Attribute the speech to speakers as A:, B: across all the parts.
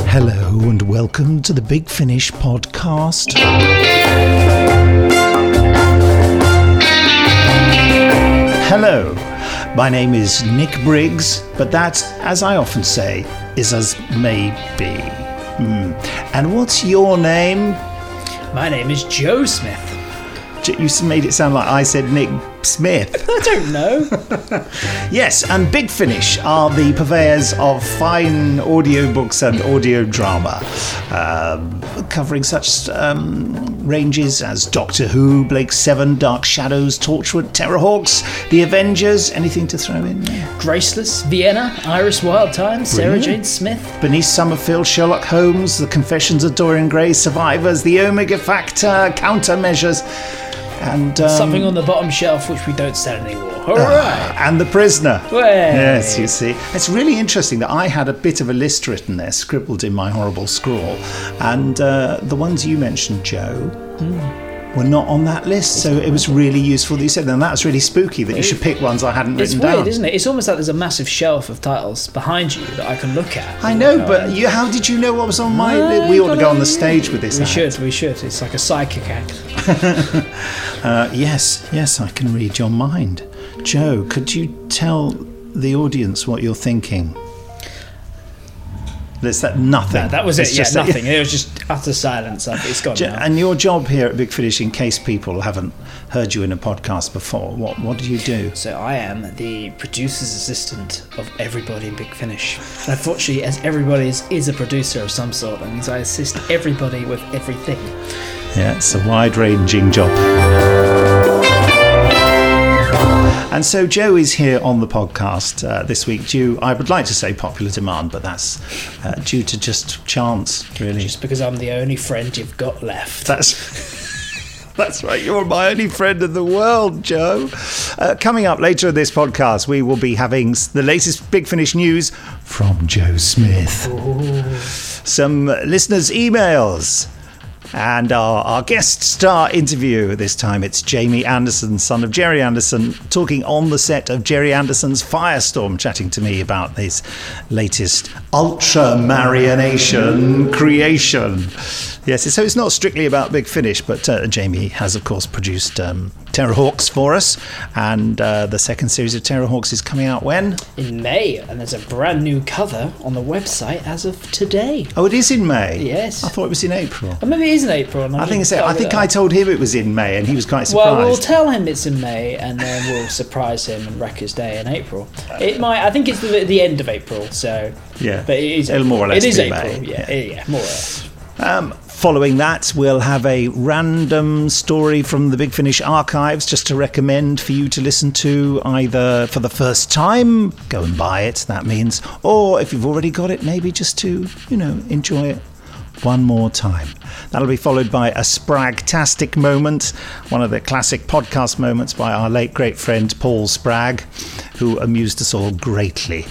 A: Hello and welcome to the Big Finish podcast. Hello, my name is Nick Briggs, but that, as I often say, is as may be. Hmm. And what's your name?
B: My name is Joe Smith.
A: J- You made it sound like I said Nick Smith.
B: I don't know.
A: Yes, and Big Finish are the purveyors of fine audiobooks and audio drama, um, covering such um, ranges as Doctor Who, Blake Seven, Dark Shadows, Torchwood, Terrorhawks, The Avengers, anything to throw in there?
B: Graceless, Vienna, Iris Wildtime, Sarah Jane Smith.
A: Bernice Summerfield, Sherlock Holmes, The Confessions of Dorian Gray, Survivors, The Omega Factor, Countermeasures, and. Um,
B: Something on the bottom shelf which we don't sell anymore. All
A: Ah,
B: right.
A: and the prisoner.
B: Way.
A: Yes, you see. It's really interesting that I had a bit of a list written there, scribbled in my horrible scrawl. And uh, the ones you mentioned, Joe,
B: Hmm.
A: were not on that list. So it was really useful that you said them. That's really spooky that you should pick ones I hadn't
B: It's
A: written
B: weird,
A: down.
B: isn't it? It's almost like there's a massive shelf of titles behind you that I can look at.
A: I know, but you, how did you know what was on my list? We ought to go on the stage with this.
B: We
A: ad.
B: should, we should. It's like a psychic act.
A: Uh, yes, yes, I can read your mind. Joe, could you tell the audience what you're thinking? There's that nothing.
B: Uh, That was
A: It's
B: it, yeah,
A: just that-
B: nothing. It was just utter silence. Like, It's gone
A: J-
B: now.
A: And your job here at Big Finish, in case people haven't heard you in a podcast before, what what do you do?
B: So I am the producer's assistant of everybody in Big Finish. Unfortunately, as everybody is, is a producer of some sort, that means I assist everybody with everything.
A: Yeah, it's a wide ranging job. And so Joe is here on the podcast uh, this week due, I would like to say popular demand, but that's uh, due to just chance, really.
B: Just because I'm the only friend you've got left.
A: That's that's right. You're my only friend in the world, Joe. Uh, coming up later in this podcast, we will be having s- the latest Big Finish news from Joe Smith, some listeners' emails. And our, our guest star interview this time, it's Jamie Anderson, son of Jerry Anderson, talking on the set of Jerry Anderson's Firestorm, chatting to me about his latest ultra marionation creation. Yes, so it's not strictly about Big Finish, but uh, Jamie has, of course, produced um, Terrorhawks for us. And uh, the second series of Terrorhawks is coming out when?
B: In May, and there's a brand new cover on the website as of today.
A: Oh, it is in May.
B: Yes.
A: I thought it was in April.
B: Or maybe it is in April. And I'm
A: I think
B: just
A: so. I
B: fucking
A: think
B: it
A: I
B: up.
A: told him it was in May, and he was quite surprised.
B: Well, we'll tell him it's in May, and then we'll surprise him and wreck his day in April. It might. I think it's the, the end of April, so
A: Yeah.
B: But it is
A: It'll more or less
B: it is
A: be
B: April.
A: May,
B: Yeah, yeah, yeah, more or less.
A: Um, following that, we'll have a random story from the Big Finish archives just to recommend for you to listen to either for the first time, go and buy it, that means, or if you've already got it, maybe just to, you know, enjoy it one more time. That'll be followed by a Spragtastic moment, one of the classic podcast moments by our late great friend Paul Spragg, who amused us all greatly.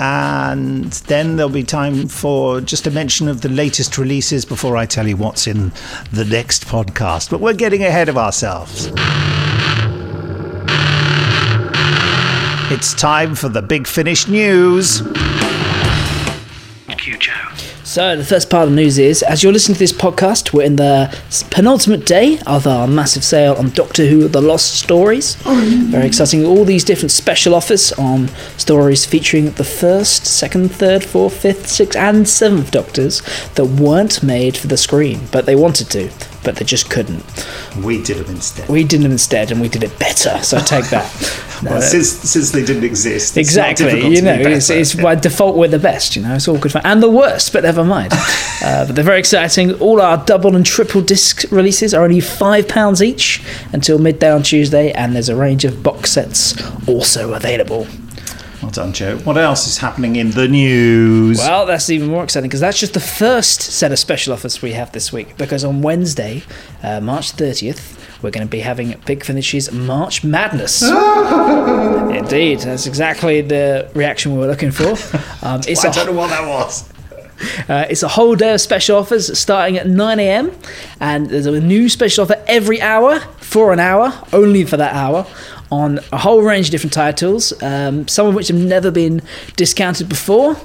A: And then there'll be time for just a mention of the latest releases before I tell you what's in the next podcast. But we're getting ahead of ourselves. It's time for the Big Finish News.
C: Thank you, Joe.
B: So the first part of the news is, as you're listening to this podcast, we're in the s- penultimate day of our massive sale on Doctor Who: The Lost Stories. Very exciting! All these different special offers on stories featuring the first, second, third, fourth, fifth, sixth, and seventh Doctors that weren't made for the screen, but they wanted to, but they just couldn't.
A: We did them instead.
B: We did them instead, and we did it better. So take that. No,
A: Well,
B: no.
A: since since they didn't exist, it's not
B: Exactly,
A: difficult
B: you
A: to
B: know,
A: be better.
B: it's, it's by default we're the best. You know, it's all good fun and the worst, but never mind. uh, but they're very exciting. All our double and triple disc releases are only five pounds each until midday on Tuesday, and there's a range of box sets also available.
A: Well done, Joe. What else is happening in the news?
B: Well, that's even more exciting because that's just the first set of special offers we have this week. Because on Wednesday, uh, March 30th, we're going to be having Big Finish's March Madness. Indeed, that's exactly the reaction we were looking for. Um, it's
A: I
B: a-
A: don't know what that was.
B: Uh, it's a whole day of special offers starting at 9 a.m. And there's a new special offer every hour for an hour, only for that hour, on a whole range of different titles, um, some of which have never been discounted before.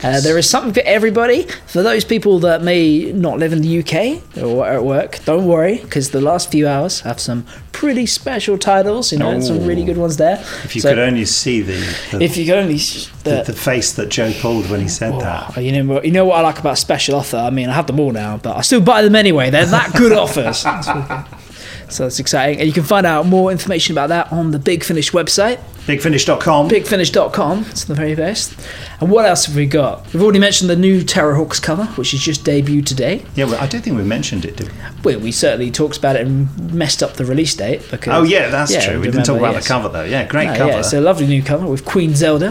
B: Uh, there is something for everybody. For those people that may not live in the UK or are at work, don't worry, because the last few hours have some pretty special titles. You know, and some really
A: Oh.
B: good ones there.
A: If you
B: So,
A: could only see the the,
B: if uh, you could only, s-
A: the,
B: the,
A: the face that Joe pulled when he said that.
B: Oh, you know, what- you know what I like about special offer. I mean, I have them all now, but I still buy them anyway. They're that good offers. So it's exciting, and you can find out more information about that on the Big Finish website,
A: Bigfinish.com.
B: bigfinish.com. It's the very best. And what else have we got? We've already mentioned the new Terrorhawks cover, which has just debuted today.
A: yeah, well, I don't think we mentioned it, did we?
B: Well, we certainly talked about it and messed up the release date because.
A: Oh, yeah, that's true. We didn't talk
B: remember,
A: about
B: yes.
A: the cover, though. Yeah, great
B: No,
A: cover.
B: Yeah, it's a lovely new cover with Queen Zelda,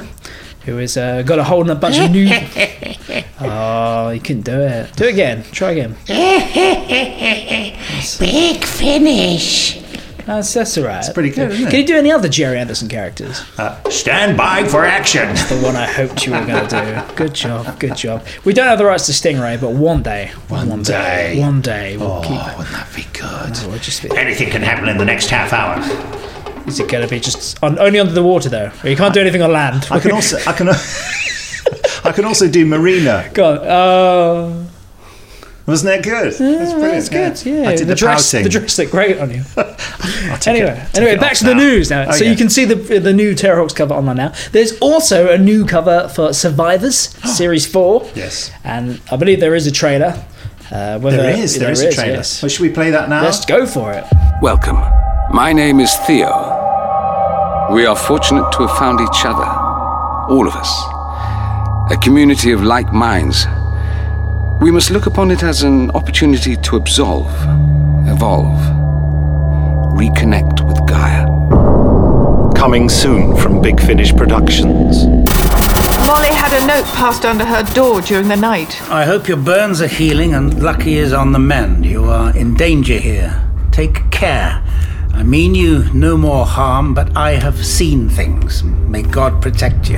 B: who has uh, got a hold on a bunch of new. Oh, you couldn't do it. Do it again. Try again.
C: Big finish.
B: That's, that's all right. That's
A: pretty good, isn't
B: Can
A: it?
B: you do any other Jerry Anderson characters?
A: Uh, stand by for action.
B: The one I hoped you were going to do. Good job. Good job. We don't have the rights to Stingray, but one day. One,
A: day.
B: One day. We'll
A: Oh,
B: keep
A: wouldn't that be good?
B: We'll just,
A: Anything can happen in the next half hour.
B: is it going to be just on, only under the water though? You can't do anything on land.
A: I can also, I can, I can also do Marina.
B: Go on. Oh.
A: Wasn't that good? that's brilliant.
B: That's good. Yeah,
A: I did the,
B: dress,
A: pouting.
B: the dress looked great on you.
A: I'll take
B: Anyway,
A: it- take
B: anyway,
A: it
B: back
A: off
B: to the news now.
A: Oh,
B: so
A: yeah.
B: you can see the the new Terrorhawks cover online now. There's also a new cover for Survivors Series Four.
A: Yes.
B: and I believe there is a trailer. Uh, whether,
A: There is, there is a trailer.
B: yes.
A: Well, should we play that now?
B: Let's go for it.
D: Welcome. My name is Theo. We are fortunate to have found each other, all of us, a community of like minds. We must look upon it as an opportunity to absolve, evolve, reconnect with Gaia.
E: Coming soon from Big Finish Productions.
F: Molly had a note passed under her door during the night.
G: I hope your burns are healing and Lucky is on the mend. You are in danger here. Take care. I mean you no more harm, but I have seen things. May God protect you.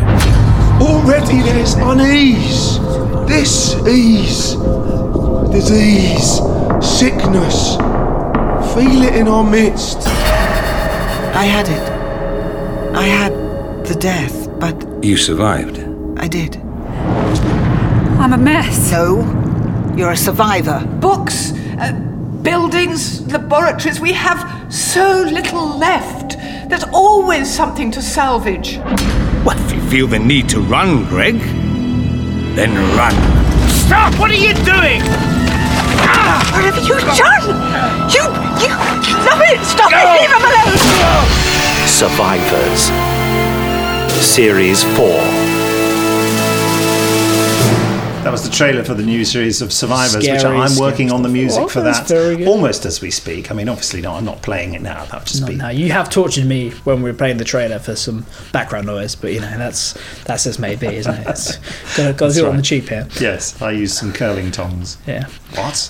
H: Already there's unease. This ease. Disease. Sickness. Feel it in our midst.
I: I had it. I had the death, but
D: You survived.
I: I did.
J: I'm a mess.
I: No, you're a survivor.
F: Books, uh, buildings, laboratories, we have so little left. There's always something to salvage.
K: Well, if you feel the need to run, Greg, then run. Stop! What are you doing?
F: What have you done? You, you, stop it! Stop it! Leave him alone!
E: Survivors. Series 4.
A: That was the trailer for the new series of Survivors, which
B: Scary,
A: I'm
B: scary
A: working on the music
B: Oh,
A: for
B: that's
A: that
B: very good.
A: almost as we speak. I mean, obviously, not. I'm not playing it now. That would just be.
B: Now you have tortured me when we were playing the trailer for some background noise, but you know that's that's as may be, isn't it? It's gotta, gotta do it on
A: right.
B: the cheap here.
A: Yes, I use some curling tongs.
B: Yeah,
A: What?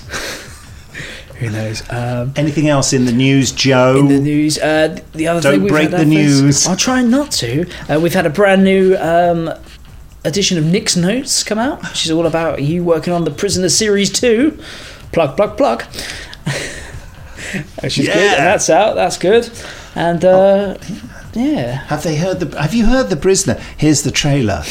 B: who knows? Um,
A: Anything else in the news, Joe?
B: in the news. Uh, the other
A: Don't
B: thing we've
A: break
B: had
A: the
B: up is-
A: news.
B: I'll try not to. Uh, we've had a brand new um, edition of Nick's Notes come out, which is all about you working on the Prisoner Series Two. Plug, plug, plug. Which is good.
A: Yeah. Oh.
B: And that's out. That's good. And uh, yeah,
A: have they heard the? Have you heard the prisoner? Here's the trailer.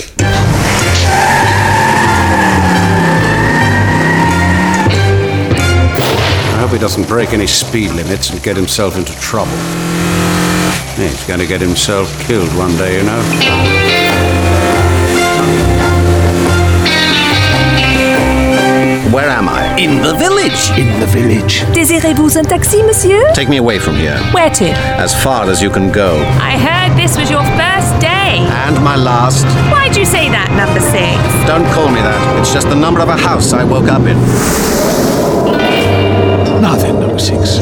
D: I hope he doesn't break any speed limits and get himself into trouble. He's going to get himself killed one day, you know.
H: Where am I?
K: In the village.
H: In the village.
J: Désirez-vous un taxi, monsieur?
K: Take me away from here,
J: Where to?
K: as far as you can go.
J: I heard this was your first day.
K: And my last.
J: Why'd you say that, number six?
K: Don't call me that. It's just the number of a house I woke up in.
H: Nothing, number six.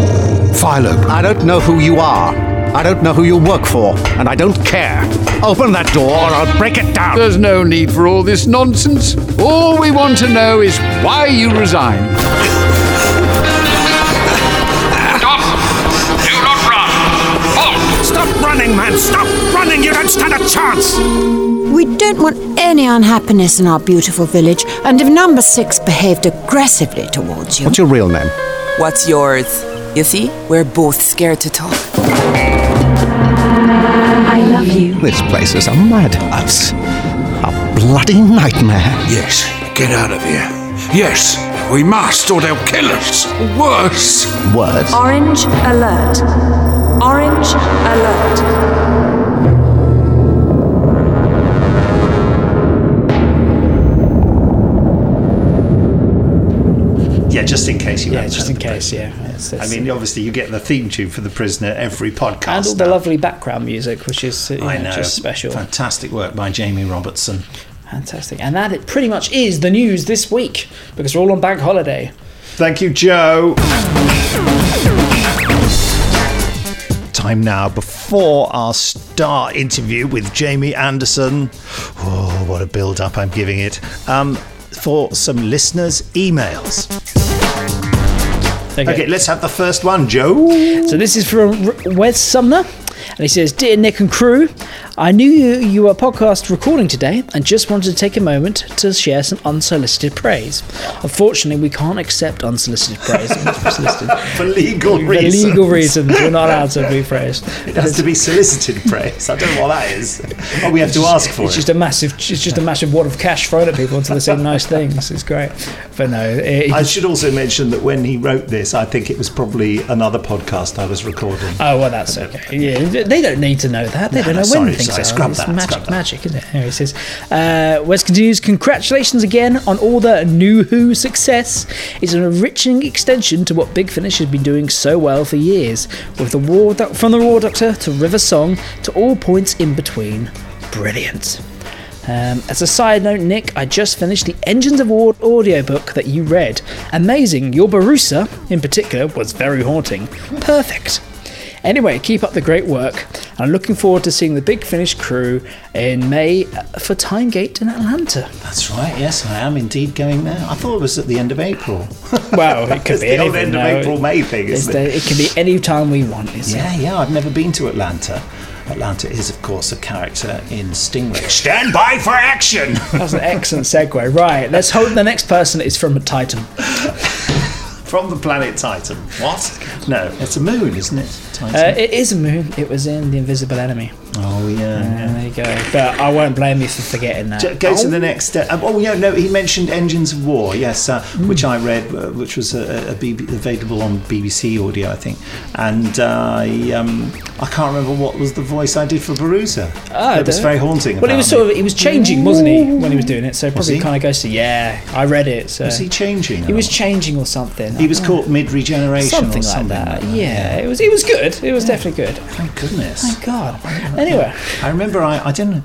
H: File open.
K: I don't know who you are. I don't know who you work for, and I don't care. Open that door or I'll break it down.
H: There's no need for all this nonsense. All we want to know is why you resign.
K: Stop! Do not run! Halt! Stop running, man! Stop running! You don't stand a chance!
C: We don't want any unhappiness in our beautiful village, and if number six behaved aggressively towards you.
K: What's your real name?
I: What's yours? You see, we're both scared to talk.
J: I love you.
H: This place is a madhouse. A
L: bloody nightmare.
K: Yes, get out of here. Yes, we must, or they'll kill us. Worse.
L: Words.
J: Orange alert. Orange alert.
A: Yeah, just in case you
B: Yeah,
A: haven't
B: just
A: heard
B: in
A: the
B: case,
A: prisoner.
B: yeah. It's-
A: I
B: it's-
A: mean, obviously, you get the theme tune for The Prisoner every podcast.
B: And all the
A: now.
B: lovely background music, which is uh, you
A: I
B: know,
A: know.
B: just special.
A: Fantastic work by Jamie Robertson.
B: Fantastic. And that it pretty much is the news this week because we're all on bank holiday.
A: Thank you, Joe. Time now before our star interview with Jamie Anderson. Oh, what a build up I'm giving it. Um, for some listeners' emails. Okay. let's have the first one, Joe.
B: So this is from R- Wes Sumner, and he says, "Dear Nick and crew, I knew you, you were podcast recording today, and just wanted to take a moment to share some unsolicited praise. Unfortunately, we can't accept unsolicited praise.
A: For legal
B: For
A: reasons.
B: legal reasons, we're not allowed to be praised.
A: It has to be solicited praise. I don't know what that is. Oh, we have to
B: It's
A: ask
B: just-
A: for
B: it's
A: it.
B: just a massive, it's just a massive wad of cash thrown at people until they say nice things. It's great, but no, it,
A: I should also mention that when he wrote this, I think it was probably another podcast I was recording.
B: Oh well, that's okay. Yeah, they don't need to know that. They
A: No,
B: don't
A: no,
B: know
A: sorry,
B: when things
A: sorry,
B: are.
A: scrub
B: it's
A: that,
B: magic,
A: scrub that.
B: magic, isn't it? Anyway, he says, uh, Wes continues. Congratulations again on all the new Who success. It's an enriching extension to what Big Finish has been doing so well for years, with the War Doc- from the War Doctor to River Song to all points in between. Brilliant. Um, as a side note, Nick, I just finished the Engines of War audiobook that you read. Amazing. Your Barusa, in particular, was very haunting. Perfect. Anyway, keep up the great work. I'm looking forward to seeing the Big Finish crew in May for Timegate in Atlanta.
A: That's right. Yes, I am indeed going there. I thought it was at the end of April.
B: Well, it could
A: It's
B: be
A: the
B: anything.
A: old end of
B: no.
A: April, May thing,
B: It's
A: isn't
B: the-
A: it?
B: it can be any time we want. It's
A: Yeah, yeah. I've never been to Atlanta. Atlanta is, of course, a character in Stingray. Stand by for action.
B: That was an excellent segue. Right, let's hope the next person is from Titan.
A: From the planet Titan. What? No, it's a moon, isn't it? Titan.
B: Uh, it is a moon. It was in The Invisible Enemy.
A: oh yeah.
B: Uh, there you go. But I won't blame you for forgetting that.
A: J- Go to the next step. Um, oh, yeah, no, he mentioned Engines of War, yes, uh,
B: Hmm.
A: which I read, uh, which was uh, a BB, available on BBC Audio, I think. And uh, I, um, I can't remember what was the voice I did for Barusa.
B: Ah,
A: it was
B: don't-
A: very haunting.
B: Well, he was
A: apparently.
B: sort of he was changing, wasn't he, when he was doing it? So probably
A: he?
B: kind of goes to yeah. I read it. So
A: Was he changing?
B: He was changing or something.
A: He was caught mid regeneration
B: something,
A: or something.
B: like that. yeah, it was. It was good. It was definitely good.
A: Thank goodness.
B: Thank God. Anyway,
A: I remember I, I didn't.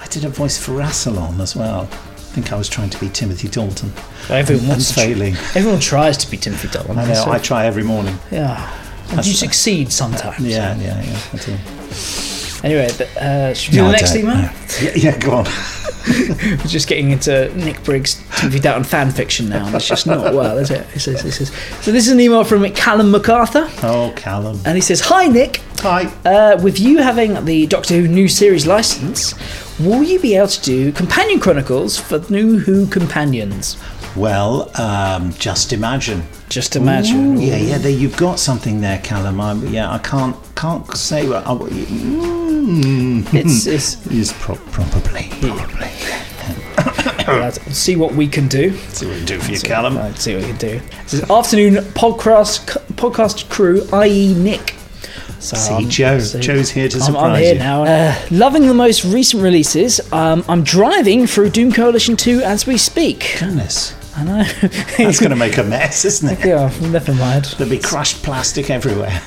A: I did a voice for Rassilon as well. I think I was trying to be Timothy Dalton.
B: everyone
A: And
B: wants to-
A: failing.
B: everyone tries to be Timothy Dalton.
A: I know.
B: so-
A: I try every morning.
B: yeah, and
A: That's-
B: you succeed sometimes.
A: Yeah, yeah, yeah. I do.
B: Anyway, th- uh, should we do
A: No,
B: the
A: I
B: next
A: don't,
B: email?
A: no. Yeah, yeah, go on.
B: We're just getting into Nick Briggs' Timothy Dalton fan fiction now, and it's just not well, is it? This is, this is. So this is an email from Callum MacArthur.
A: Oh, Callum.
B: And he says, Hi, Nick.
A: Hi.
B: Uh, with you having the Doctor Who new series license, will you be able to do companion chronicles for new Who companions?
A: Well, um, just imagine.
B: Just imagine.
A: Ooh, yeah, yeah. There, you've got something there, Callum. I, yeah, I can't can't say. Well, I, mm,
B: It's- it's-
A: Yes, pro- probably.
B: Well, let's see what we can do.
A: See what we can do for you, Callum.
B: Let's see what we can do. This is afternoon podcast podcast crew, i.e. Nick. So,
A: See,
B: um,
A: Joe.
B: so-
A: Joe's here to
B: I'm,
A: surprise
B: I'm here
A: you.
B: now. Uh, loving the most recent releases. Um, I'm driving through Doom Coalition 2 as we speak.
A: Goodness.
B: I know.
A: That's going to make a mess, isn't it?
B: Yeah, never mind.
A: There'll be crushed plastic everywhere.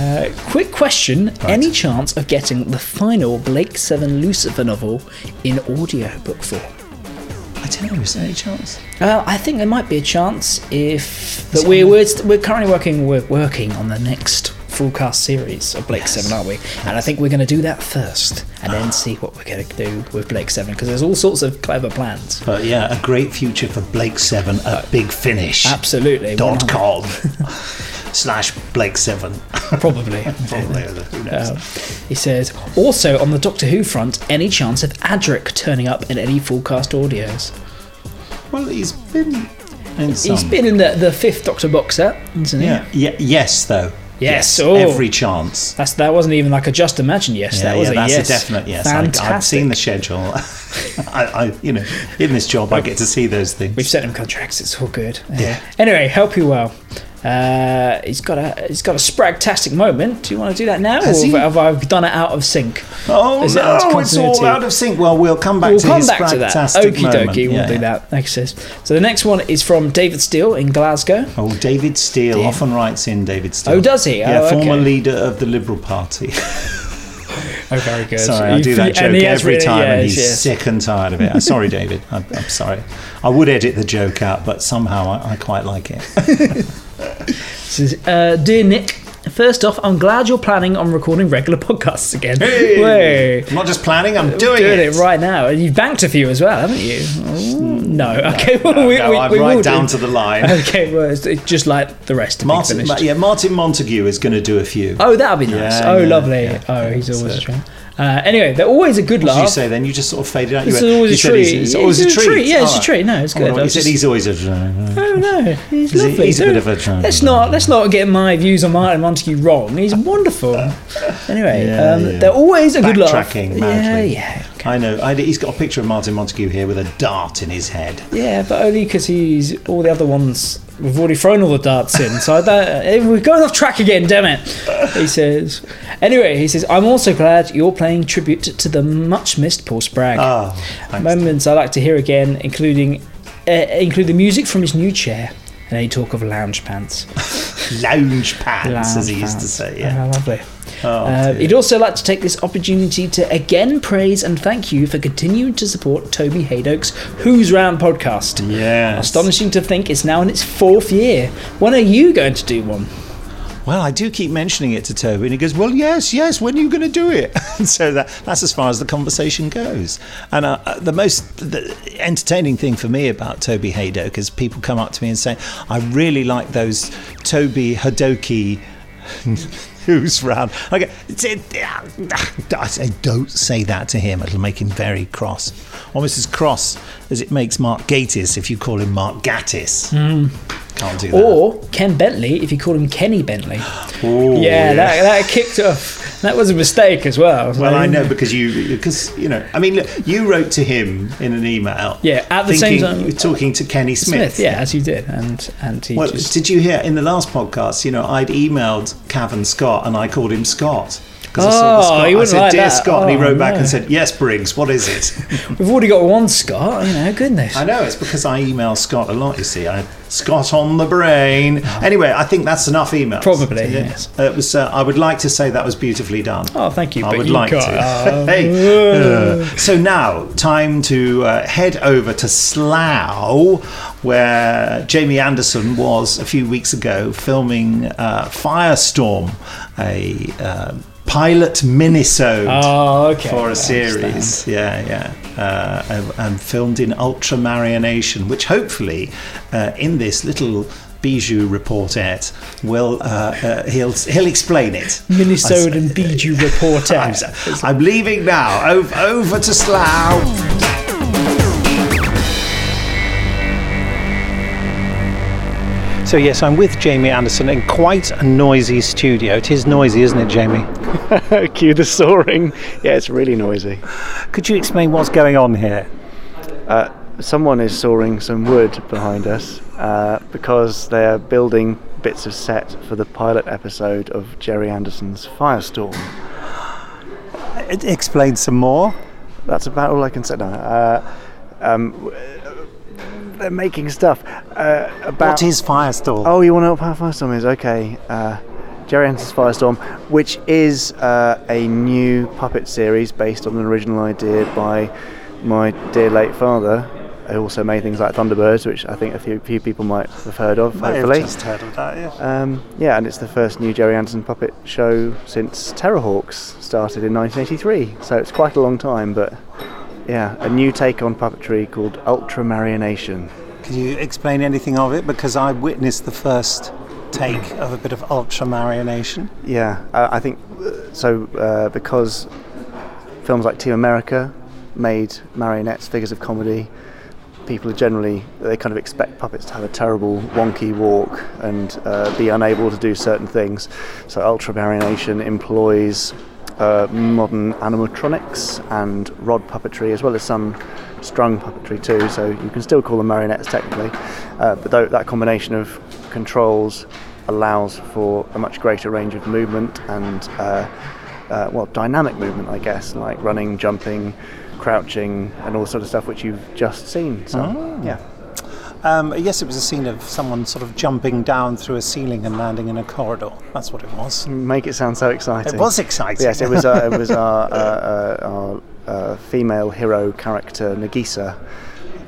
B: Uh, quick question: Any chance of getting the final Blake Seven Lucifer novel in audio book form?
A: I don't know. Is there any chance?
B: Uh, I think there might be a chance if
A: Is
B: that
A: it
B: we're,
A: on-
B: we're st- we're currently working we're working on the next full cast series of Blake Seven, aren't we? And I think we're going to do that first, and
A: Ah.
B: then see what we're going to do with Blake Seven because there's all sorts of clever plans.
A: But yeah, a great future for Blake Seven at Big Finish.
B: Absolutely.
A: Dot com slash Blake Seven.
B: Probably.
A: Probably. Who knows?
B: Um, he says, also on the Doctor Who front, any chance of Adric turning up in any full cast audios?
A: well, he's been in some.
B: He's been in the, the fifth Doctor box set, isn't he?
A: Yeah. yeah. Yes, though.
B: Yes,
A: Yes,
B: oh.
A: every chance.
B: That's that wasn't even like a just imagine yes.
A: Yeah,
B: that was
A: yeah,
B: a
A: that's
B: yes.
A: a definite yes.
B: Fantastic.
A: I, I've seen the schedule. I, I, you know, in this job, I get to see those things.
B: We've sent him contracts. It's all good.
A: Yeah.
B: Anyway, help you well. Uh, he's got a he's got a spragtastic moment. Do you want to do that now,
A: Has
B: or
A: he?
B: have I done it out of sync?
A: Oh
B: Is it out of
A: no, it's all
B: continuity?
A: out of sync. Well, we'll come back
B: we'll
A: to
B: come
A: his
B: back to that.
A: fantastic
B: Okie
A: moment.
B: dokie, we'll
A: Yeah,
B: do
A: yeah.
B: that. Thanks, sis. So the next one is from David Steele in Glasgow.
A: Oh, David Steele often writes in David Steele.
B: Oh, does he?
A: Yeah,
B: Oh,
A: former
B: okay.
A: leader of the Liberal Party.
B: Oh, very good.
A: Sorry, I
B: You
A: do
B: fe-
A: that joke
B: and he has
A: every
B: really-
A: time, and
B: yes,
A: he's
B: yes.
A: sick and tired of it. I'm sorry, David. I'm, I'm sorry. I would edit the joke out, but somehow I, I quite like it.
B: Says, uh, Dear Nick, first off, I'm glad you're planning on recording regular podcasts again.
A: Hey!
B: Way.
A: I'm not just planning, I'm doing
B: it.
A: it.
B: right now. And you've banked a few as well, haven't you? Ooh, No. Okay, well, we,
A: no,
B: we,
A: I'm
B: we
A: right
B: will
A: down
B: do.
A: to the line.
B: Okay, well, it's it's just like the rest of
A: Martin,
B: Martin,
A: Ma- yeah, Martin Montague is going to do a few.
B: Oh, that'll be nice.
A: Yeah,
B: oh,
A: yeah,
B: lovely. Oh, he's always trying. Uh, anyway, they're always a good
A: What did you
B: laugh.
A: say then? You just sort of faded out. You
B: It's
A: went-
B: always
A: you
B: a
A: said he's-
B: treat.
A: It's
B: Yeah,
A: always a
B: it's a
A: treat.
B: treat. Yeah, it's a
A: Alright.
B: treat. No, it's
A: I wonder
B: good.
A: what
B: I
A: You
B: was
A: said
B: just-
A: he's always a treat.
B: Oh no, he's
A: He's a-
B: lovely.
A: he's a
B: Don't-
A: bit of a drunk.
B: Let's not let's not get my views on Martin Montague wrong. He's wonderful. Anyway,
A: Yeah,
B: um,
A: yeah.
B: they're always a good laugh.
A: Backtracking
B: yeah,
A: madly.
B: yeah,
A: I know. I, he's got a picture of Martin Montague here with a dart in his head.
B: yeah, but only because he's all the other ones. We've already thrown all the darts in, so I don't, eh, we're going off track again. Damn it! He says. Anyway, he says, "I'm also glad you're playing tribute to the much missed Paul Spragg.
A: Oh,
B: Moments I like to hear again, including uh, include the music from his new chair and any talk of lounge pants."
A: Lounge pants, as he
B: Lounge
A: used to
B: pants.
A: say. Yeah.
B: Oh, lovely.
A: Oh,
B: Uh,
A: dear.
B: he'd also like to take this opportunity to again praise and thank you for continuing to support Toby Haydock's Who's Round podcast.
A: Yeah.
B: Astonishing to think it's now in its fourth year. When are you going to do one?
A: Well, I do keep mentioning it to Toby, and he goes, "Well, yes, yes. When are you going to do it?" And so that that's as far as the conversation goes. And uh, uh, the most the entertaining thing for me about Toby Haydock is people come up to me and say, "I really like those Toby Hadoki." Who's round? I go, "It's- it- ah, I say, don't say that to him. It'll make him very cross. Almost as cross as it makes Mark Gatiss if you call him Mark Gattis. Can't do that.
B: Or Ken Bentley, if you call him Kenny Bentley.
A: Ooh,
B: yeah, That, that kicked off. That was a mistake as well.
A: Well, I know because you because you know. I mean, look, you wrote to him in an email.
B: Yeah, at the same
A: thinking-
B: time-
A: you're talking to Kenny Smith.
B: Smith, yeah, as you did, and and he
A: Well,
B: just
A: did you hear in the last podcast? You know, I'd emailed Cavan Scott and I called him Scott because I saw the
B: Oh,
A: Scott.
B: he
A: I
B: wouldn't
A: said,
B: like
A: "Dear
B: that.
A: Scott," and he
B: Oh,
A: wrote back
B: no.
A: and said, "Yes, Briggs. What is it?"
B: we've already got one Scott. You know, goodness.
A: I know it's because I email Scott a lot. You see, I Scott on the brain. Anyway, I think that's enough emails.
B: Ah. Probably,
A: Yeah.
B: yes.
A: Uh, it was. Uh, I would like to say that was beautifully done.
B: Oh, thank you.
A: I
B: but
A: would
B: you
A: like
B: got,
A: to.
B: oh.
A: hey. uh, so now, time to uh, head over to Slough, where Jamie Anderson was a few weeks ago filming uh, Firestorm, a uh, pilot minisode
B: Oh, okay.
A: for
B: I
A: a series. Yeah, yeah. Uh, and- and filmed in ultra marionation, which hopefully, uh, in this little bijou reportette, will uh, uh, he'll he'll explain it.
B: Minnesota and Bijou reporter.
A: I'm, so- I'm leaving now. Over, over to Slough. So yes, I'm with Jamie Anderson in quite a noisy studio. It is noisy, isn't it, Jamie?
L: Cue the soaring. Yeah, it's really noisy.
A: Could you explain what's going on here?
L: Uh, someone is sawing some wood behind us uh, because they're building bits of set for the pilot episode of Jerry Anderson's Firestorm.
A: Explain some more.
L: That's about all I can say now. Uh, um, w- they're making stuff uh, about.
A: What is Firestorm?
L: Oh, you want to know what Firestorm is? Okay. Uh, Jerry Anderson's Firestorm, which is uh, a new puppet series based on an original idea by my dear late father, who also made things like Thunderbirds, which I think a few, few people might have heard of,
A: May have
L: hopefully.
A: just heard of that, yeah.
L: Um, yeah, and it's the first new Jerry Anderson puppet show since Terrorhawks started in 1983. So it's quite a long time, but yeah, a new take on puppetry called Ultra Marionation.
A: Can you explain anything of it? Because I witnessed the first take of a bit of ultra marionation.
L: Yeah, uh, I think uh, so uh, because films like Team America made marionettes, figures of comedy. people are generally they kind of expect puppets to have a terrible, wonky walk and uh, be unable to do certain things. So Ultramarination employs uh, modern animatronics and rod puppetry, as well as some strung puppetry too. So you can still call them marionettes technically, uh, but tho- that combination of controls allows for a much greater range of movement and uh, uh, well, dynamic movement, I guess, like running, jumping, crouching, and all sort of stuff which you've just seen. So
A: Ah.
L: yeah.
A: Um, yes, it was a scene of someone sort of jumping down through a ceiling and landing in a corridor. That's what it was.
L: Make it sound so exciting.
A: It was exciting.
L: Yes, it was. Uh, it was our, uh, uh, our uh, female hero character Nagisa,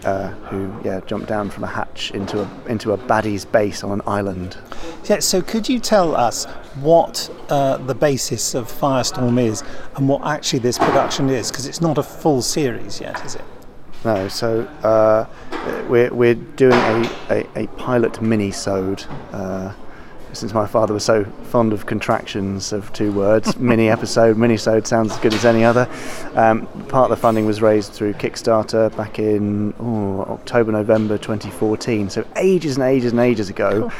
L: uh, who yeah jumped down from a hatch into a into a baddie's base on an island.
A: Yeah, so could you tell us what uh, the basis of Firestorm is and what actually this production is? Because it's not a full series yet, is it?
L: No, so uh, we're, we're doing a, a, a pilot mini-sode. Uh, since my father was so fond of contractions of two words, mini episode, mini sode sounds as good as any other. Um, part of the funding was raised through Kickstarter back in oh, October, November 2014, so ages and ages and ages ago.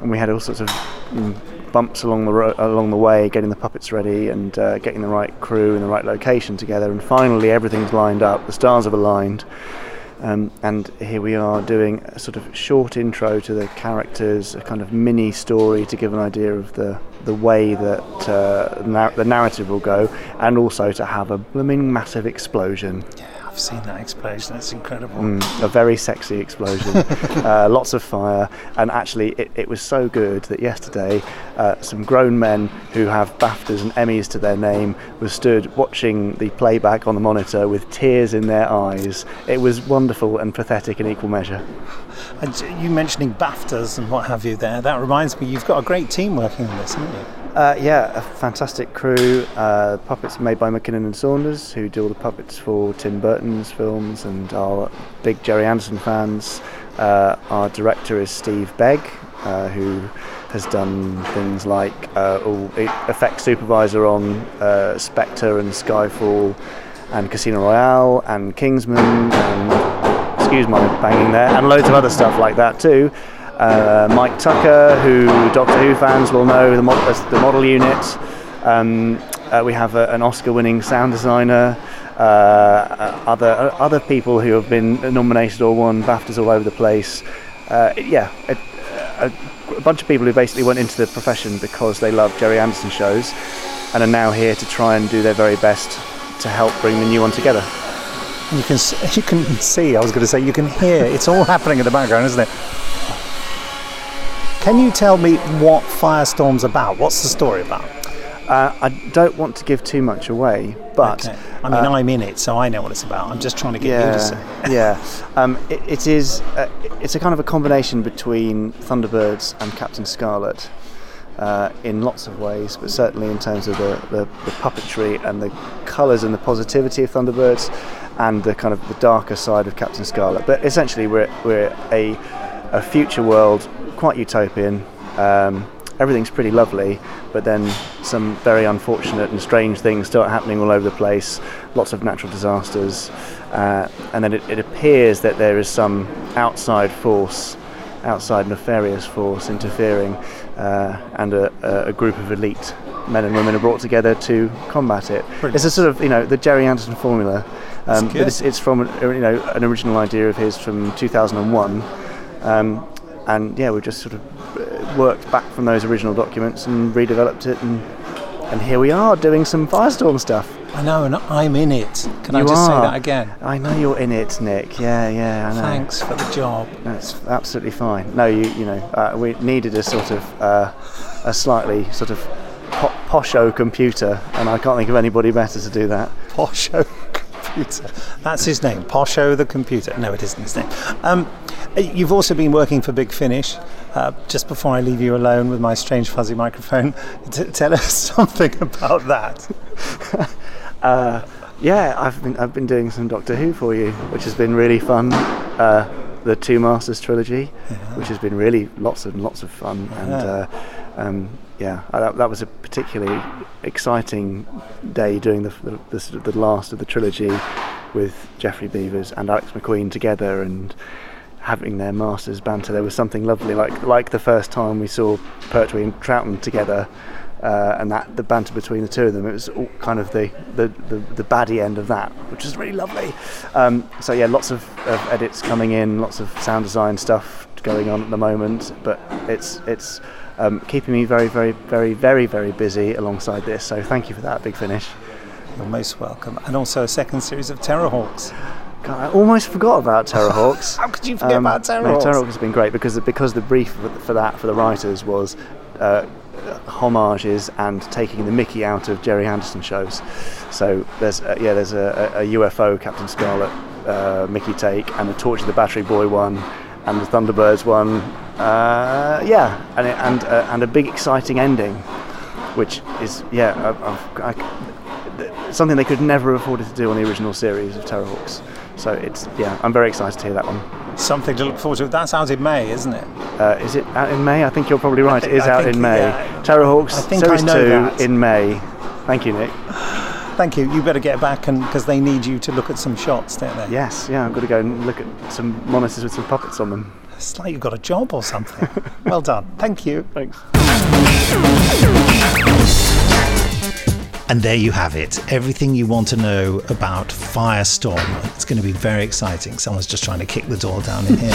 L: And we had all sorts of mm, bumps along the ro- along the way, getting the puppets ready and uh, getting the right crew in the right location together. And finally, everything's lined up. The stars have aligned. Um, and here we are doing a sort of short intro to the characters, a kind of mini story to give an idea of the, the way that uh, nar- the narrative will go, and also to have a blooming massive explosion.
A: I've seen that explosion, it's incredible.
L: Mm, a very sexy explosion, uh, lots of fire, and actually, it, it was so good that yesterday, uh, some grown men who have BAFTAs and Emmys to their name were stood watching the playback on the monitor with tears in their eyes. It was wonderful and pathetic in equal measure.
A: And you mentioning BAFTAs and what have you there, that reminds me, you've got a great team working on this, haven't you?
L: Uh, yeah, a fantastic crew. Uh, puppets made by McKinnon and Saunders, who do all the puppets for Tim Burton's films and are big Jerry Anderson fans. Uh, our director is Steve Begg, uh, who has done things like uh, all, effect supervisor on uh, Spectre and Skyfall and Casino Royale and Kingsman and excuse my banging there and loads of other stuff like that too. Uh, Mike Tucker, who Doctor Who fans will know the mo- as the model unit. Um, uh, we have a, an Oscar-winning sound designer. Uh, uh, other uh, other people who have been nominated or won BAFTAs all over the place. Uh, yeah, a, a, a bunch of people who basically went into the profession because they love Jerry Anderson shows, and are now here to try and do their very best to help bring the new one together.
A: And you can s- you can see. I was going to say you can hear. It's all happening in the background, isn't it? Can you tell me what Firestorm's about? What's the story about?
L: Uh, I don't want to give too much away, but
A: Okay. I mean,
L: uh,
A: I'm in it, so I know what it's about. I'm just trying to get you to say.
L: yeah. Um, it, it is. Uh, it's a kind of a combination between Thunderbirds and Captain Scarlet. Uh, in lots of ways, but certainly in terms of the, the, the puppetry and the colours and the positivity of Thunderbirds, and the kind of the darker side of Captain Scarlet. But essentially, we're we're a a future world, quite utopian. Um, everything's pretty lovely, but then some very unfortunate and strange things start happening all over the place. Lots of natural disasters, uh, and then it, it appears that there is some outside force, outside nefarious force interfering, uh, and a, a- a group of elite men and women are brought together to combat it. It's a sort of you know the Jerry Anderson formula. Um, but
A: good.
L: it's, it's from uh, you know an original idea of his from 2001. Um, and yeah, we just sort of uh, worked back from those original documents and redeveloped it, and and here we are doing some firestorm stuff.
A: I know, and I'm in it. Can I
L: You
A: just say
L: are.
A: that again?
L: I know you're in it, Nick. Yeah, yeah. I know.
A: Thanks for the job.
L: That's absolutely fine. No, you you know uh, we needed a sort of uh, a slightly sort of po- posho computer, and I can't think of anybody better to do that.
A: Posho computer. That's his name, Posho the computer. No, it isn't his name. Um, you've also been working for Big Finish. Uh, just before I leave you alone with my strange fuzzy microphone, t- tell us something about that.
L: uh, yeah, I've been I've been doing some Doctor Who for you, which has been really fun. Uh, the Two Masters trilogy, which has been really lots and lots of fun, and
A: Yeah.
L: uh, um, yeah, I, that, that was a particularly exciting day doing the the, the, sort of the last of the trilogy. with Jeffrey Beavers and Alex McQueen together and having their masters banter. There was something lovely, like like the first time we saw Pertwee and Troughton together, uh, and that the banter between the two of them. It was all kind of the the, the, the baddie end of that, which is really lovely. Um, so yeah, lots of, of edits coming in, lots of sound design stuff going on at the moment, but it's it's. Um, keeping me very, very, very, very, very busy alongside this. So thank you for that, Big Finish.
M: You're most welcome. And also a second series of Terrorhawks.
L: God, I almost forgot about Terrorhawks.
M: How could you forget about
L: No,
M: Terrorhawks?
L: Terrorhawks has been great because because the brief for that for the writers was uh, homages and taking the Mickey out of Jerry Anderson shows. So there's uh, yeah there's a, a, a UFO Captain Scarlet uh, Mickey take and the Torch of the Battery Boy one and the Thunderbirds one. Uh, yeah, and it, and uh, and a big exciting ending, which is yeah I, I've, I, th- something they could never have afforded to do on the original series of Terrorhawks. So it's yeah, I'm very excited to hear that one.
M: Something to look forward to. That's out in May, isn't it?
L: Uh, is it out in May? I think you're probably right. It
M: thi-
L: is
M: I
L: out
M: think,
L: in May.
M: yeah.
L: Terrorhawks
M: I think I
L: series
M: know
L: two
M: that.
L: in May. Thank you, Nick.
M: Thank you. You better get back and because they need you to look at some shots, don't they?
L: Yes, yeah, I've got to go and look at some monitors with some puppets on them.
M: It's like you've got a job or something. well done. Thank you.
L: Thanks.
A: And there you have it. Everything you want to know about Firestorm. It's going to be very exciting. Someone's just trying to kick the door down in here.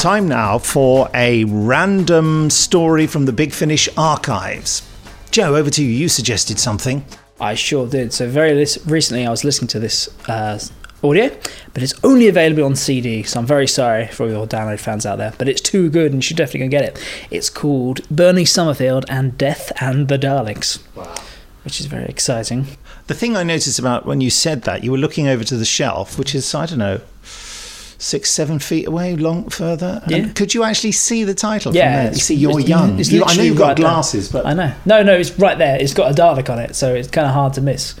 A: Time now for a random story from the Big Finish archives. Joe, over to you. You suggested something.
B: I sure did. So very lis- recently, I was listening to this uh, audio, but it's only available on CD. So I'm very sorry for all your download fans out there, but it's too good, and you should definitely go get it. It's called Bernie Summerfield and Death and the Daleks. Wow. Which is very exciting.
A: The thing I noticed about when you said that, you were looking over to the shelf, which is, I don't know, six, seven feet away, long further. And could you actually see the title from there? You see, you're
B: it's-
A: young.
B: it's
A: You- I know
B: literally
A: you've got
B: right there.
A: glasses, but
B: I know. No, no, it's right there. It's got a Dalek on it, so it's kind of hard to miss.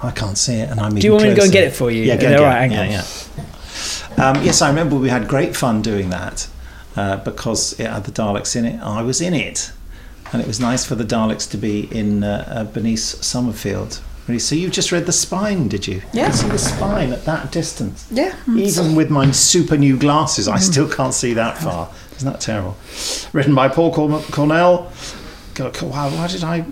A: I can't see it, and I'm.
B: Do
A: even
B: you want me to go and
A: closer.
B: get it for you?
A: Yeah, go
B: Yeah,
A: and get
B: alright,
A: it.
B: hang
A: Yeah, yeah. Um, yes, I remember we had great fun doing that uh, because it had the Daleks in it. I was in it, and it was nice for the Daleks to be in uh, uh, Bernice Summerfield. Really, So you just read the spine, did you? You could see the spine at that distance.
B: Yeah.
A: Even with my super new glasses,
B: Mm.
A: I still can't see that far. Isn't that terrible? Written by Paul Corn- Cornell. God, co- Wow, why did I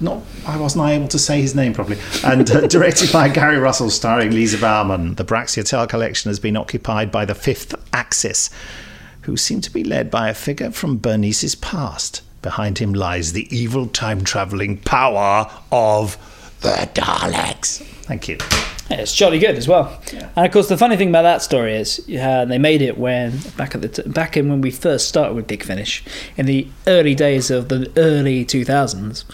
A: not? I wasn't able to say his name properly. And uh, directed by Gary Russell, starring Lisa Bauman. The Braxiatel collection has been occupied by the Fifth Axis, who seem to be led by a figure from Bernice's past. Behind him lies the evil time traveling power of the Daleks. Thank you.
B: Yeah, it's jolly good as well. And of course, the funny thing about that story is uh, they made it when back at the t- back in when we first started with Big Finish in the early days of the early two thousands.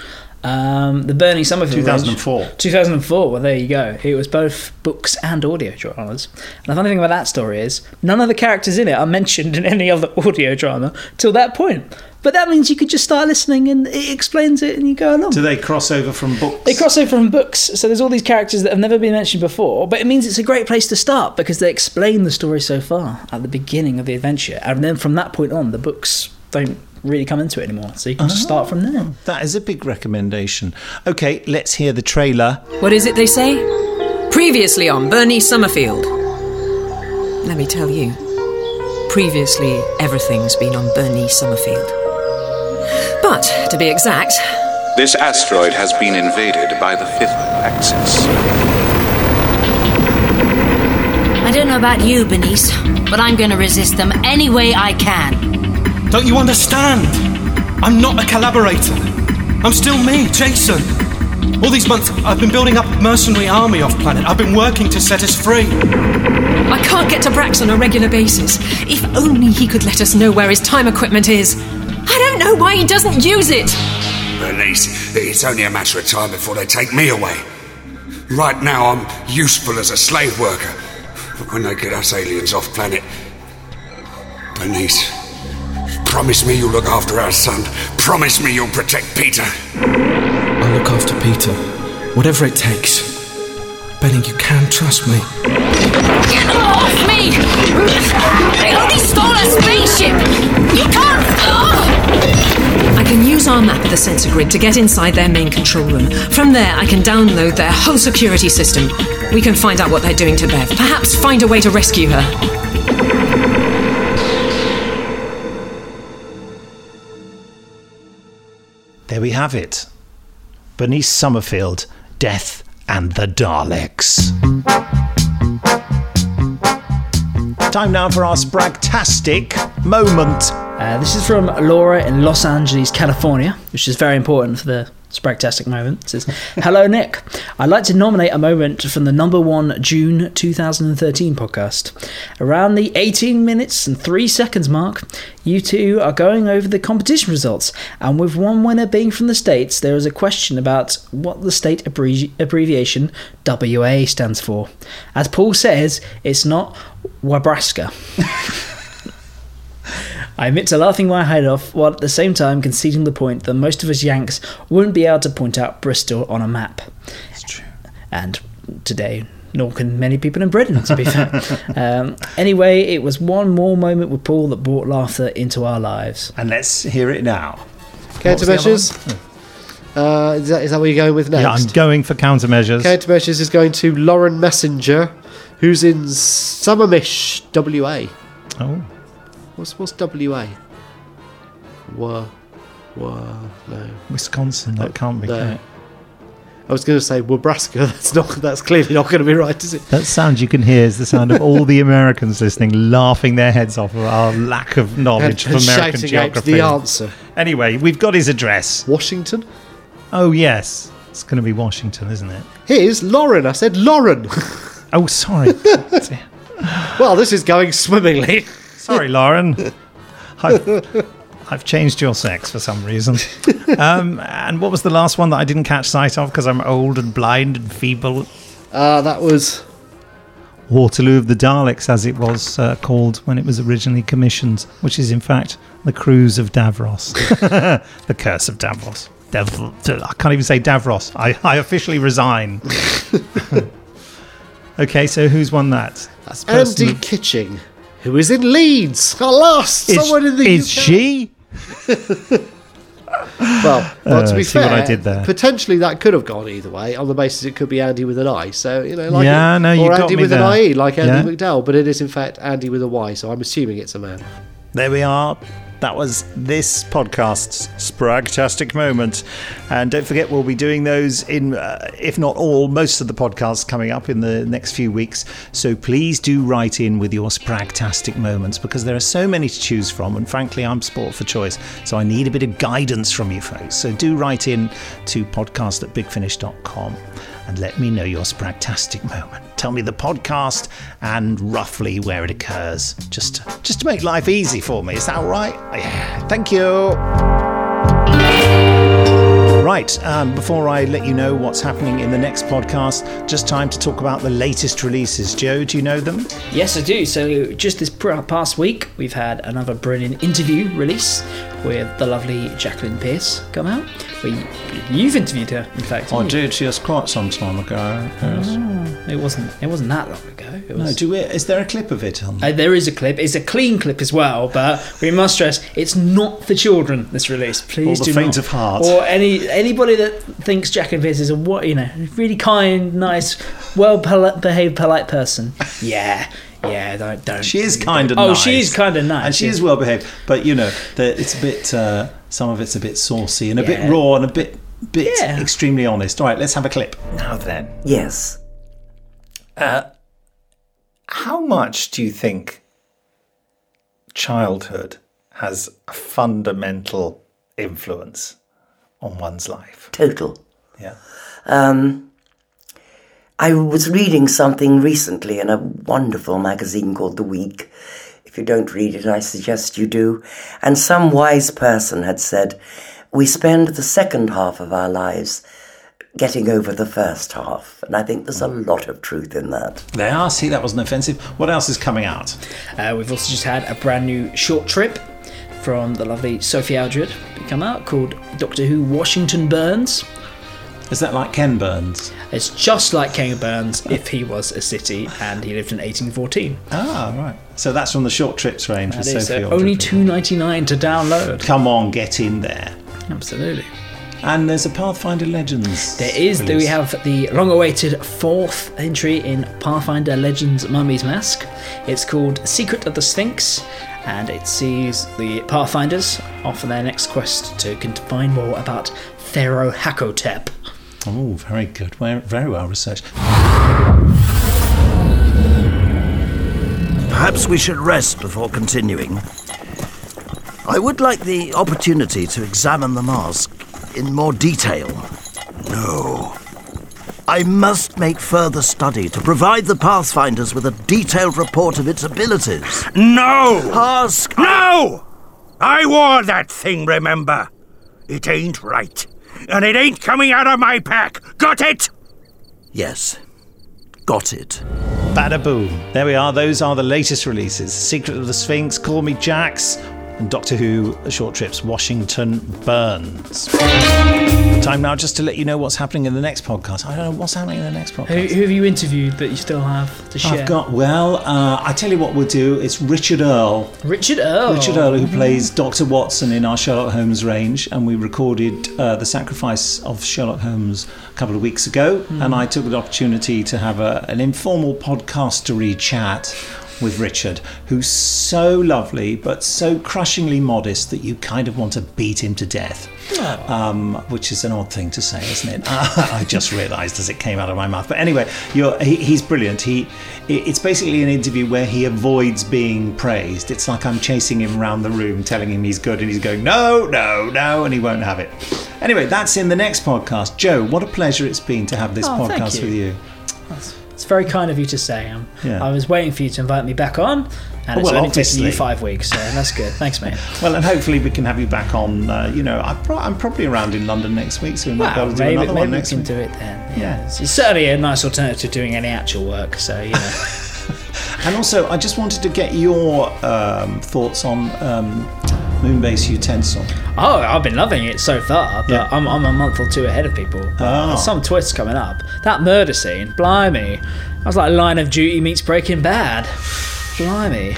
B: Um, the Bernie Summerfield. range-
A: 2004.
B: 2004. Well, there you go. It was both books and audio dramas. And the funny thing about that story is none of the characters in it are mentioned in any other audio drama till that point. But that means you could just start listening and it explains it and you go along.
A: Do they cross over from book
B: They cross over from books, so there's all these characters that have never been mentioned before, but it means it's a great place to start because they explain the story so far at the beginning of the adventure. And then from that point on, the books don't really come into it anymore, so you can just start from there.
A: That is a big recommendation. Okay, let's hear the trailer.
N: What is it they say? Previously on Bernie Summerfield. Let me tell you. Previously, everything's been on Bernie Summerfield. But, to be exact,
O: This asteroid has been invaded by the fifth axis.
P: I don't know about you, Bernice, but I'm going to resist them any way I can.
Q: Don't you understand? I'm not a collaborator. I'm still me, Jason. All these months, I've been building up a mercenary army off planet. I've been working to set us free.
N: I can't get to Brax on a regular basis. If only he could let us know where his time equipment is. I don't know why he doesn't use it.
K: Bernice, it's only a matter of time before they take me away. Right now, I'm useful as a slave worker. But when they get us aliens off planet. Bernice, promise me you'll look after our son. Promise me you'll protect Peter.
Q: I'll look after Peter, whatever it takes. Benny, you can trust me.
P: Get them off me! They only stole a spaceship! You can't. Oh! I I can use our map of the sensor grid to get inside their main control room. From there, I can download their whole security system. We can find out what they're doing to Bev. Perhaps find a way to rescue her.
A: There we have it. Bernice Summerfield, Death and the Daleks. Time now for our spragtastic moment.
B: Uh, this is from Laura in Los Angeles, California, which is very important for the Spragtastic moment. It says, Hello, Nick. I'd like to nominate a moment from the number one June 2013 podcast. Around the 18 minutes and 3 seconds mark, you two are going over the competition results, and with one winner being from the States, there is a question about what the state abbrevi- abbreviation WA stands for. As Paul says, it's not Wabraska. I admit to laughing my head off while at the same time conceding the point that most of us Yanks wouldn't be able to point out Bristol on a map. That's true. And today, nor can many people in Britain, to be fair. um, anyway, it was one more moment with Paul that brought laughter into our lives.
A: And let's hear it now.
R: Countermeasures. Uh, is, that, is that where you're going with next?
A: Yeah, I'm going for countermeasures.
R: Countermeasures is going to Lauren Messenger, who's in Summermish, WA.
A: Oh.
R: What's what's WA? Wha, wha, no.
A: Wisconsin, that can't be
R: no.
A: correct.
R: I was going to say Nebraska. That's not. That's clearly not going to be right, is it?
A: That sound you can hear is the sound of all the Americans listening laughing their heads off of our lack of knowledge
R: And-
A: of
R: and
A: American
R: shouting out
A: geography.
R: the answer.
A: Anyway, we've got his address.
R: Washington?
A: Oh, yes. It's going to be Washington, isn't it?
R: Here's Lauren. I said Lauren.
A: oh, sorry.
R: well, this is going swimmingly.
A: Sorry, Lauren. I've, I've changed your sex for some reason. Um, and what was the last one that I didn't catch sight of because I'm old and blind and feeble?
R: Uh, that was.
A: Waterloo of the Daleks, as it was uh, called when it was originally commissioned, which is in fact the cruise of Davros, the curse of Davros. Dav- I can't even say Davros. I, I officially resign. okay, so who's won that? That's
R: Andy Kitching, who is in Leeds. At last,
A: Is-
R: someone in the
A: is
R: UK.
A: she?
R: well, well, to
A: Uh,
R: be
A: see
R: fair,
A: what I did there.
R: potentially that could have gone either way. On the basis it could be Andy with an I, so you know, like
A: Yeah, no, you
R: or
A: got
R: Andy
A: me
R: with
A: there.
R: an IE, like Andy
A: Yeah.
R: McDowell. But it is in fact Andy with a Y, so I'm assuming it's a man.
A: There we are. That was this podcast's Spragtastic moment. And don't forget, we'll be doing those in, uh, if not all, most of the podcasts coming up in the next few weeks. So please do write in with your Spragtastic moments because there are so many to choose from. And frankly, I'm sport for choice. So I need a bit of guidance from you folks. So do write in to podcast at bigfinish.com and let me know your Spragtastic moment. Tell me the podcast and roughly where it occurs, just to, just to make life easy for me. Is that all right? Yeah. Thank you. Right, um, before I let you know what's happening in the next podcast, just time to talk about the latest releases. Joe, do you know them?
B: Yes, I do. So, just this pr- past week, we've had another brilliant interview release with the lovely Jacqueline Pierce come out. We, you've interviewed her, in
A: Oh,
B: fact. haven't you?
A: yes, quite some time ago.
B: Ah, it wasn't. It wasn't that long ago. It
A: No,
B: was,
A: Ah. do we, is there a clip of it on?
B: Uh, there is a clip. It's a clean clip as well, but we must stress it's not for children. This release, please
A: the
B: do
A: faint
B: not.
A: of heart.
B: or any anybody that thinks Jack and Pierce is a what you know really kind, nice, well poli- behaved, polite person. Yeah, yeah, don't. don't
A: She is kind of
B: oh,
A: nice.
B: she is kind of nice,
A: And she is well behaved, but you know, the, it's a bit. Uh, some of it's a bit saucy and a bit
B: Yeah.
A: raw and a bit, bit extremely honest. All right, let's have a clip. Now then,
S: Yes.
A: Uh, how much do you think childhood has a fundamental influence on one's life?
S: Total.
A: Yeah.
S: Um, I was reading something recently in a wonderful magazine called The Week. If you don't read it, I suggest you do. And some wise person had said, We spend the second half of our lives getting over the first half. And I think there's a lot of truth in that.
A: They are. See, that wasn't offensive. What else is coming out?
B: Uh, we've also just had a brand new short trip from the lovely Sophie Aldred come out called Doctor Who Washington Burns.
A: Is that like Ken Burns?
B: It's just like Ken Burns if he was a city and he lived in 1814.
A: Ah, right. So that's from the short trips range
B: That
A: with
B: is,
A: Sophie.
B: uh,
A: Aldred.
B: only two ninety nine to download.
A: Come on, get in there.
B: Absolutely.
A: And there's a Pathfinder Legends.
B: There is. Do we
A: release.
B: have the long-awaited fourth entry in Pathfinder Legends: Mummy's Mask? It's called Secret of the Sphinx, and it sees the Pathfinders off on their next quest to con- find more about Pharaoh Hakotep.
A: Oh, very good. Well, very well researched.
T: Perhaps we should rest before continuing. I would like the opportunity to examine the mask in more detail. No. I must make further study to provide the Pathfinders with a detailed report of its abilities.
U: No!
T: Ask.
U: No! I wore that thing, remember? It ain't right. And it ain't coming out of my pack. Got it?
T: Yes. Got it.
A: Bada boom. There we are. Those are the latest releases Secret of the Sphinx, Call Me Jax, and Doctor Who Short Trips Washington Burns. Time now just to let you know what's happening in the next podcast. I don't know what's happening in the next podcast.
B: Who, who have you interviewed that you still have to share?
A: I've got, well, uh, I tell you what we'll do. It's Richard Earl.
B: Richard Earl.
A: Richard Earl, who plays Dr. Watson in our Sherlock Holmes range, and we recorded uh, The Sacrifice of Sherlock Holmes a couple of weeks ago, and I took the opportunity to have a, an informal podcastery chat with Richard, who's so lovely but so crushingly modest that you kind of want to beat him to death. Um, which is an odd thing to say, isn't it? I just realised as it came out of my mouth. But anyway, you're, he, he's brilliant. He, it- it's basically an interview where he avoids being praised. It's like I'm chasing him around the room, telling him he's good, and he's going no, no, no, and he won't have it. Anyway, that's in the next podcast. Joe, what a pleasure it's been to have this
B: Oh, thank
A: podcast
B: you.
A: with you.
B: That's- It's very kind of you to say. Um,
A: Yeah. Oh,
B: I was waiting for you to invite me back on, and it's
A: Well,
B: only taken
A: obviously.
B: you five weeks, so that's good. Thanks, mate.
A: Well, and hopefully we can have you back on. Uh, you know, I pro- I'm probably around in London next week, so we might
B: Well,
A: be able to do
B: maybe,
A: another
B: maybe
A: one
B: we
A: next
B: can
A: week.
B: do it then.
A: Yeah.
B: It's, it's certainly a nice alternative to doing any actual work. So you know,
A: And also, I just wanted to get your um, thoughts on um, Moonbase Utensil.
B: oh, I've been loving it so far, but I'm, I'm a month or two ahead of people. But
A: Ah.
B: there's Some twists coming up. That murder scene, blimey, I was like Line of Duty meets Breaking Bad. Blimey.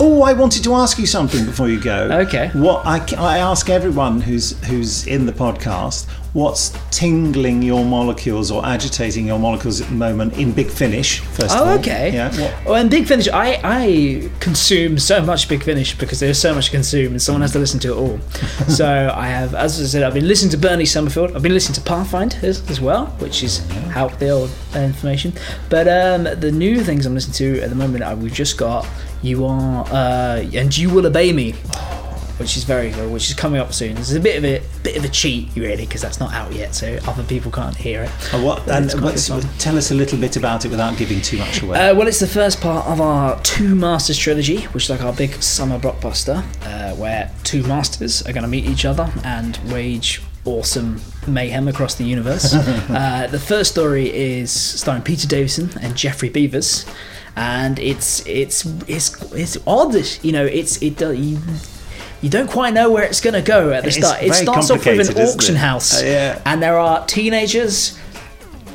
A: Oh, I wanted to ask you something before you go.
B: Okay.
A: What I, I ask everyone who's who's in the podcast, what's tingling your molecules or agitating your molecules at the moment in Big Finish? First of
B: oh,
A: all.
B: okay.
A: Yeah. What,
B: Well, and Big Finish, I, I consume so much Big Finish because there's so much to consume and someone has to listen to it all. so I have, as I said, I've been listening to Bernie Summerfield. I've been listening to Pathfinder as, as well, which is out there, all that information. But um, the new things I'm listening to at the moment, I, we've just got You Are, uh, and You Will Obey Me. Which is very good, which is coming up soon. It's a bit of a bit of a cheat, really, because that's not out yet, so other people can't hear it.
A: and what,
B: But
A: and
B: it's quite
A: what's-
B: fun.
A: tell us a little bit about it without giving too much away.
B: Uh, well, it's the first part of our Two Masters trilogy, which is like our big summer blockbuster, uh, where two masters are going to meet each other and wage awesome mayhem across the universe. uh, the first story is starring Peter Davison and Jeffrey Beavers, and it's it's it's it's odd, you know. It's it does. You, you don't quite know where it's going to go at the
A: It's
B: start. It
A: very
B: starts off with
A: complicated,
B: an
A: isn't
B: auction
A: it?
B: house,
A: Uh, yeah.
B: and there are teenagers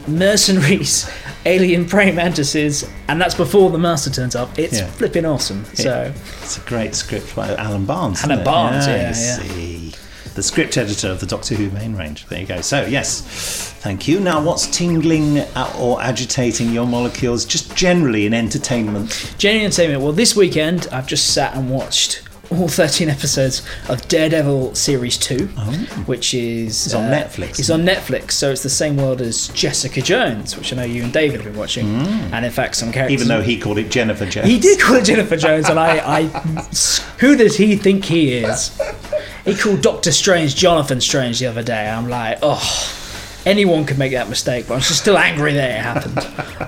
B: mercenaries, alien praying mantises, and that's before the master turns up. It's
A: Yeah.
B: flipping awesome. So
A: It's a great script by Alan Barnes. isn't
B: Alan
A: it?
B: Barnes,
A: I
B: yeah, yeah.
A: see. The script editor of the Doctor Who main range. There you go. So, yes, thank you. Now, what's tingling uh, or agitating your molecules just generally in entertainment?
B: genuine entertainment. Well, this weekend I've just sat and watched all 13 episodes of Daredevil series two, which is
A: Oh.
B: uh,
A: It's on Netflix,
B: It's on Netflix, so it's the same world as Jessica Jones, which I know you and David have been watching, and in fact some characters.
A: Mm. Even though he called it Jennifer Jones.
B: He did call it Jennifer Jones, and I, I, who does he think he is? He called Doctor Strange Jonathan Strange the other day. I'm like, oh, anyone could make that mistake, but I'm just still angry that it happened.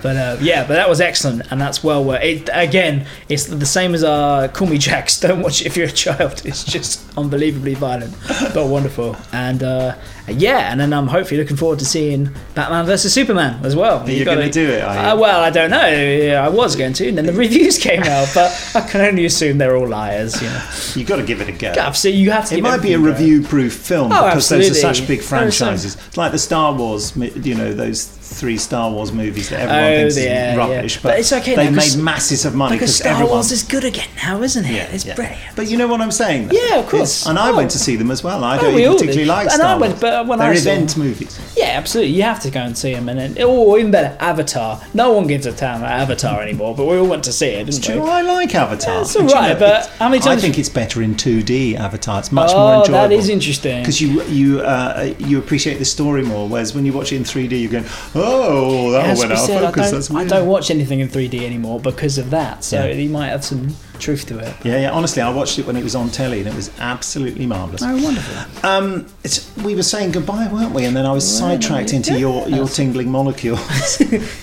B: But uh, yeah, but that was excellent, and that's well worth it. Again, it's the same as our Call Me Jacks. Don't watch it if you're a child. It's just unbelievably violent, but wonderful. And uh, yeah, and then I'm hopefully looking forward to seeing Batman versus Superman as well.
A: You're
B: You've got
A: gonna do it, are you?
B: Uh, well, I don't know. Yeah, I was going to, and then the reviews came out, but I can only assume they're all liars. You know,
A: You've got to give it a go.
B: Absolutely, you have to.
A: It
B: give
A: might be a
B: everything go.
A: review proof film
B: Oh,
A: because those are
B: absolutely.
A: such big
B: There are some-
A: franchises. It's like the Star Star Wars, mi- you know, those three Star Wars movies that everyone thinks
B: yeah,
A: is
B: Oh, yeah.
A: rubbish,
B: But it's okay
A: They
B: now 'cause-
A: made masses of money
B: because
A: because
B: Star
A: everyone.
B: Wars is good again now, isn't it?
A: Yeah,
B: it's
A: yeah.
B: brilliant.
A: But you know what I'm saying? Though?
B: Yeah, of course.
A: And I
B: Oh.
A: went to see them as well. I
B: Oh,
A: don't
B: we
A: even
B: all
A: particularly
B: did.
A: like
B: And
A: Star
B: I went-
A: Wars.
B: but when
A: They're
B: I saw-
A: event movies.
B: Yeah, absolutely. You have to go and see him, and then, or even better, Avatar. No one gives a damn about Avatar anymore, but we all went to see it, didn't
A: Do you
B: we?
A: know, I like Avatar.
B: Yeah, it's
A: Do you know,
B: alright, but how many
A: I
B: times-
A: think it's better in 2D Avatar. It's much
B: oh,
A: more enjoyable.
B: that is interesting.
A: because you you uh, you appreciate the story more. Whereas when you watch it in 3D, you're going, oh, that
B: As
A: went
B: we
A: out of
B: said, I
A: focus.
B: don't,
A: That's
B: I
A: weird.
B: don't watch anything in 3D anymore because of that, so
A: Yeah.
B: he might have some truth to it.
A: Yeah, yeah. Honestly, I watched it when it was on telly, and it was absolutely marvelous.
B: Oh, wonderful.
A: Um, it's, we were saying goodbye, weren't we? And then I was sidetracked into your your tingling molecules.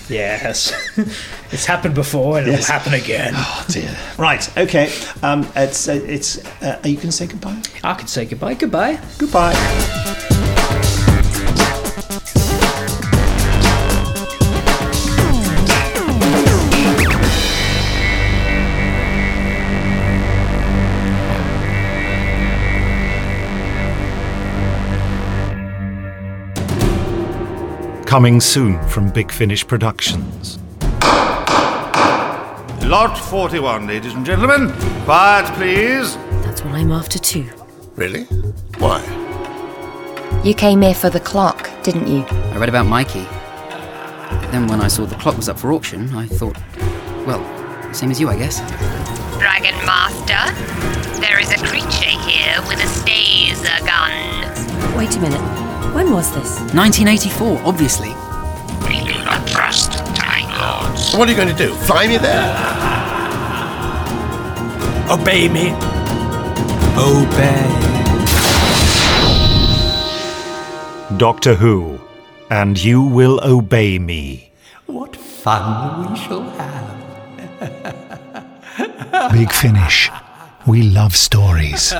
B: Yes. it's happened before, and
A: Yes.
B: it'll happen again.
A: oh dear. Right. Okay. Um, it's uh, it's. Uh, are you going to say goodbye?
B: I could say goodbye. Goodbye.
A: Goodbye.
E: Coming soon from Big Finish Productions.
G: Lot 41, ladies and gentlemen. Quiet, please.
V: That's what I'm after too.
G: Really? Why?
V: You came here for the clock, didn't you?
W: I read about Mikey. Then, when I saw the clock was up for auction, I thought, well, same as you, I guess.
X: Dragon Master, there is a creature here with a staser gun.
W: Wait a minute. When was this? 1984, obviously.
U: We do not trust Time Lords.
G: What are you going to do? Fly me there?
U: Obey me. Obey.
E: Doctor Who, and you will obey me.
Y: What fun we shall have.
E: Big Finish. We love stories.